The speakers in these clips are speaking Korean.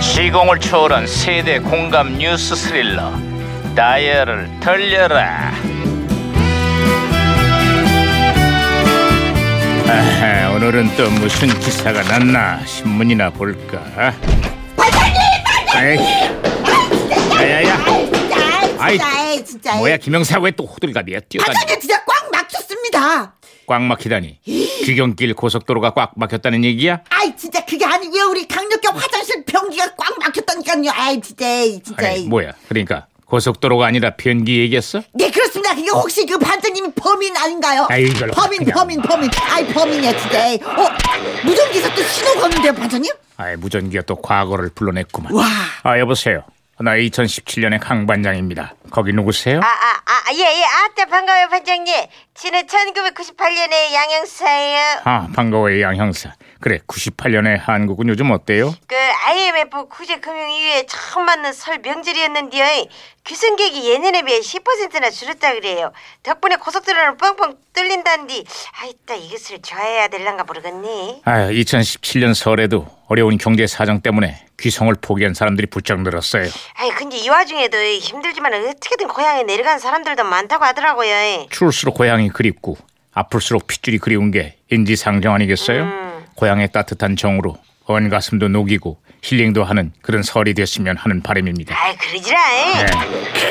시공을 초월한 세대 공감 뉴스 스릴러 다이얼을 돌려라 아하, 오늘은 또 무슨 기사가 났나 신문이나 볼까 반장님 반장님 야야야 진짜, 아이, 진짜, 아이, 진짜. 뭐야 그 김영사 왜 또 호들갑이야 뛰어다니 반장님 진짜 꽉 막혔습니다. 꽉 막히다니 귀경길 고속도로가 꽉 막혔다는 얘기야? 아이, 진짜 그게 아니고요. 우리 강력경 화장실 변기가 꽉 막혔다니까요. 아이, 진짜, 진짜. 아니 뭐야 그러니까 고속도로가 아니라 변기 얘기했어? 네, 그렇습니다. 그게 혹시 그 반장님이 범인 아닌가요? 아이, 이걸로 범인, 그냥. 범인, 범인. 아이, 범인이야, 진짜. 어, 무전기에서 또 신호가 오는데요, 반장님? 아이 무전기가 또 과거를 불러냈구만. 와. 아 여보세요. 나 2017년의 강 반장입니다. 거기 누구세요? 아아아예예 아따 반가워요 반장님 지난 1998년에 양형사예요 아 반가워요 양 형사. 그래 98년의 한국은 요즘 어때요? 그 IMF 구제금융위기에 처음 맞는 설 명절이었는데요 귀성객이 예년에 비해 10%나 줄었다 그래요 덕분에 고속도로는 뻥뻥 뚫린다는데 아이따 이것을 좋아해야 될란가 모르겠네 아 2017년 설에도 어려운 경제 사정 때문에 귀성을 포기한 사람들이 부쩍 늘었어요. 아이 근데 이 와중에도 힘들지만 어떻게든 고향에 내려간 사람들도 많다고 하더라고요 추울수록 고향이 그립고 아플수록 핏줄이 그리운 게 인지상정 아니겠어요? 고향의 따뜻한 정으로 언 가슴도 녹이고 힐링도 하는 그런 설이 됐으면 하는 바람입니다. 아이 그러지라 네.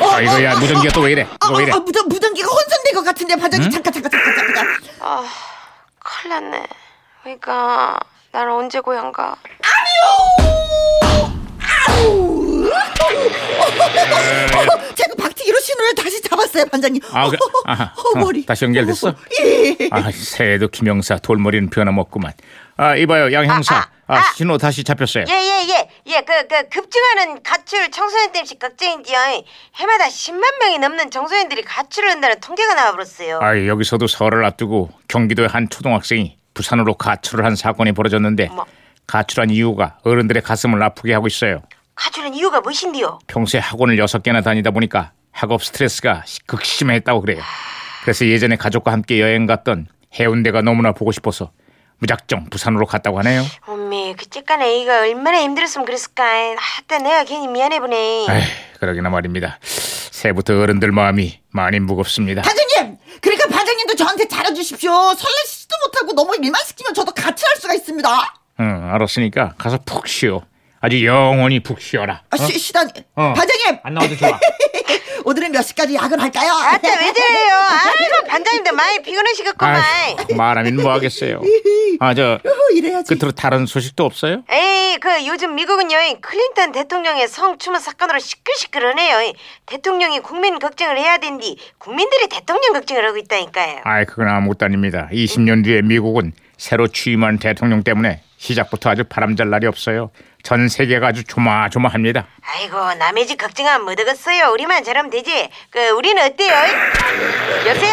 아이고야 무전기가 또 왜 이래? 어, 이거 왜 이래? 어, 어, 무전, 무전기가 혼선된 것 같은데, 반장님. 잠깐, 잠깐, 잠깐, 잠깐. 큰일 났네 그러니까 나는 언제 고향 가 어, 제가 박치기로 신호를 다시 잡았어요, 반장님. 네. 아, 그- 아하. 어, 머리. 어, 다시 연결됐어? 어, 예. 아, 새해도 김영사 돌머리는 변함없구만. 아, 이봐요, 양 형사. 아, 아, 아, 아. 신호 다시 잡혔어요. 예예예 예 그 그 급증하는 가출 청소년 땜시 걱정인지요 해마다 10만 명이 넘는 청소년들이 가출을 한다는 통계가 나와버렸어요 아, 여기서도 설을 앞두고 경기도의 한 초등학생이 부산으로 가출을 한 사건이 벌어졌는데 어머. 가출한 이유가 어른들의 가슴을 아프게 하고 있어요. 가출은 이유가 무엇인데요 평소에 학원을 여섯 개나 다니다 보니까 학업 스트레스가 시- 극심했다고 그래요. 그래서 예전에 가족과 함께 여행 갔던 해운대가 너무나 보고 싶어서 무작정 부산으로 갔다고 하네요. 엄미 그 찌깐 애기가 얼마나 힘들었으면 그랬을까 하여튼 내가 괜히 미안해 보네 에이, 그러기나 말입니다. 새부터 어른들 마음이 많이 무겁습니다. 반장님! 그러니까 반장님도 저한테 잘해주십시오. 설레시지도 못하고 너무 일만 시키면 저도 같이 할 수가 있습니다. 아, 응, 알았으니까 가서 푹 쉬어. 아주 영원히 푹 쉬어라. 시, 시다니. 어. 반장님! 안 나와도 좋아. 오늘은 몇 시까지 야근할까요? 아따 네, 왜 저래요 아이고 반장님도 많이 피곤하시겠구만 아휴, 말하면 뭐 하겠어요. 아, 저 어허, 이래야지. 끝으로 다른 소식도 없어요? 에이 그 요즘 미국은 요 클린턴 대통령의 성추문 사건으로 시끌시끌하네요 대통령이 국민 걱정을 해야 된디 국민들이 대통령 걱정을 하고 있다니까요 아이, 그건 아무것도 아닙니다. 20년 뒤에 미국은 새로 취임한 대통령 때문에 시작부터 아주 바람잘 날이 없어요. 전 세계가 아주 조마조마합니다. 아이고 남의 집 걱정하면 못하겠어요 우리만 잘하면 되지 그 우리는 어때요 여보세요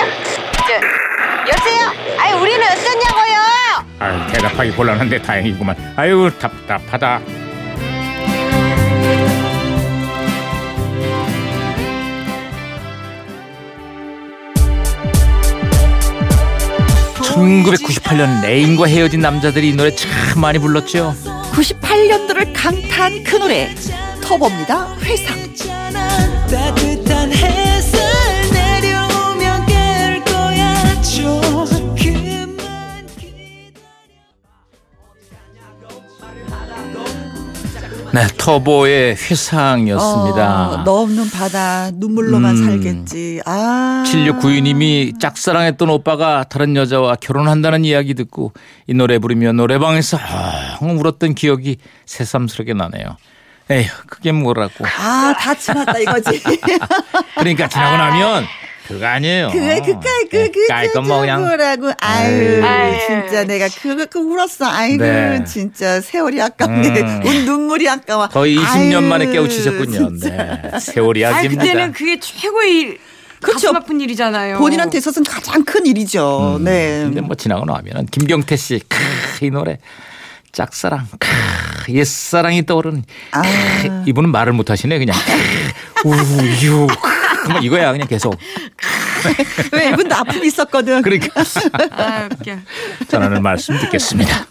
저 여보세요 아이 우리는 어떠냐고요 아유, 대답하기 곤란한데 다행이구만. 아유, 답답하다. 애인과 헤어진 남자들이 이 노래 참 많이 불렀죠. 98년도를 강타한 그 노래. 터봅니다. 회상. 따뜻한 햇살 내려오면 깰 거야 조금만 네, 터보의 회상이었습니다. 아. 뭐, 어, 너 없는 바다 눈물로만 음. 살겠지. 아. 7692님이 짝사랑했던 오빠가 다른 여자와 결혼한다는 이야기 듣고 이 노래 부르며 노래방에서 헝 울었던 기억이 새삼스럽게 나네요. 에휴, 그게 뭐라고. 아, 다 지났다 이거지. 그러니까 지나고 나면 그거 아니에요. 그게 그깔 그그 깔끔 뭐 그냥 뭐라고. 아유, 아유. 진짜 내가 그거 그 울었어. 아이고, 네. 진짜 세월이 아깝네. 음. 운 눈물이 아까워. 거의 20년 아유, 만에 깨우치셨군요. 네. 세월이 아 아깁니다. 그때는 그게 최고의 일, 그렇죠. 가슴 아픈 일이잖아요. 본인한테 있어서는 가장 큰 일이죠. 네. 근데 뭐 지나고 나면은 김경태 씨, 크, 이 노래 짝사랑, 크, 옛사랑이 떠오르는. 아. 크, 이분은 말을 못 하시네 그냥. 크, 우유. 크, 뭐 이거야 그냥 계속. 왜 이분도 아픔이 있었거든. 그러니까 아, 웃겨. 전하는 말씀 듣겠습니다.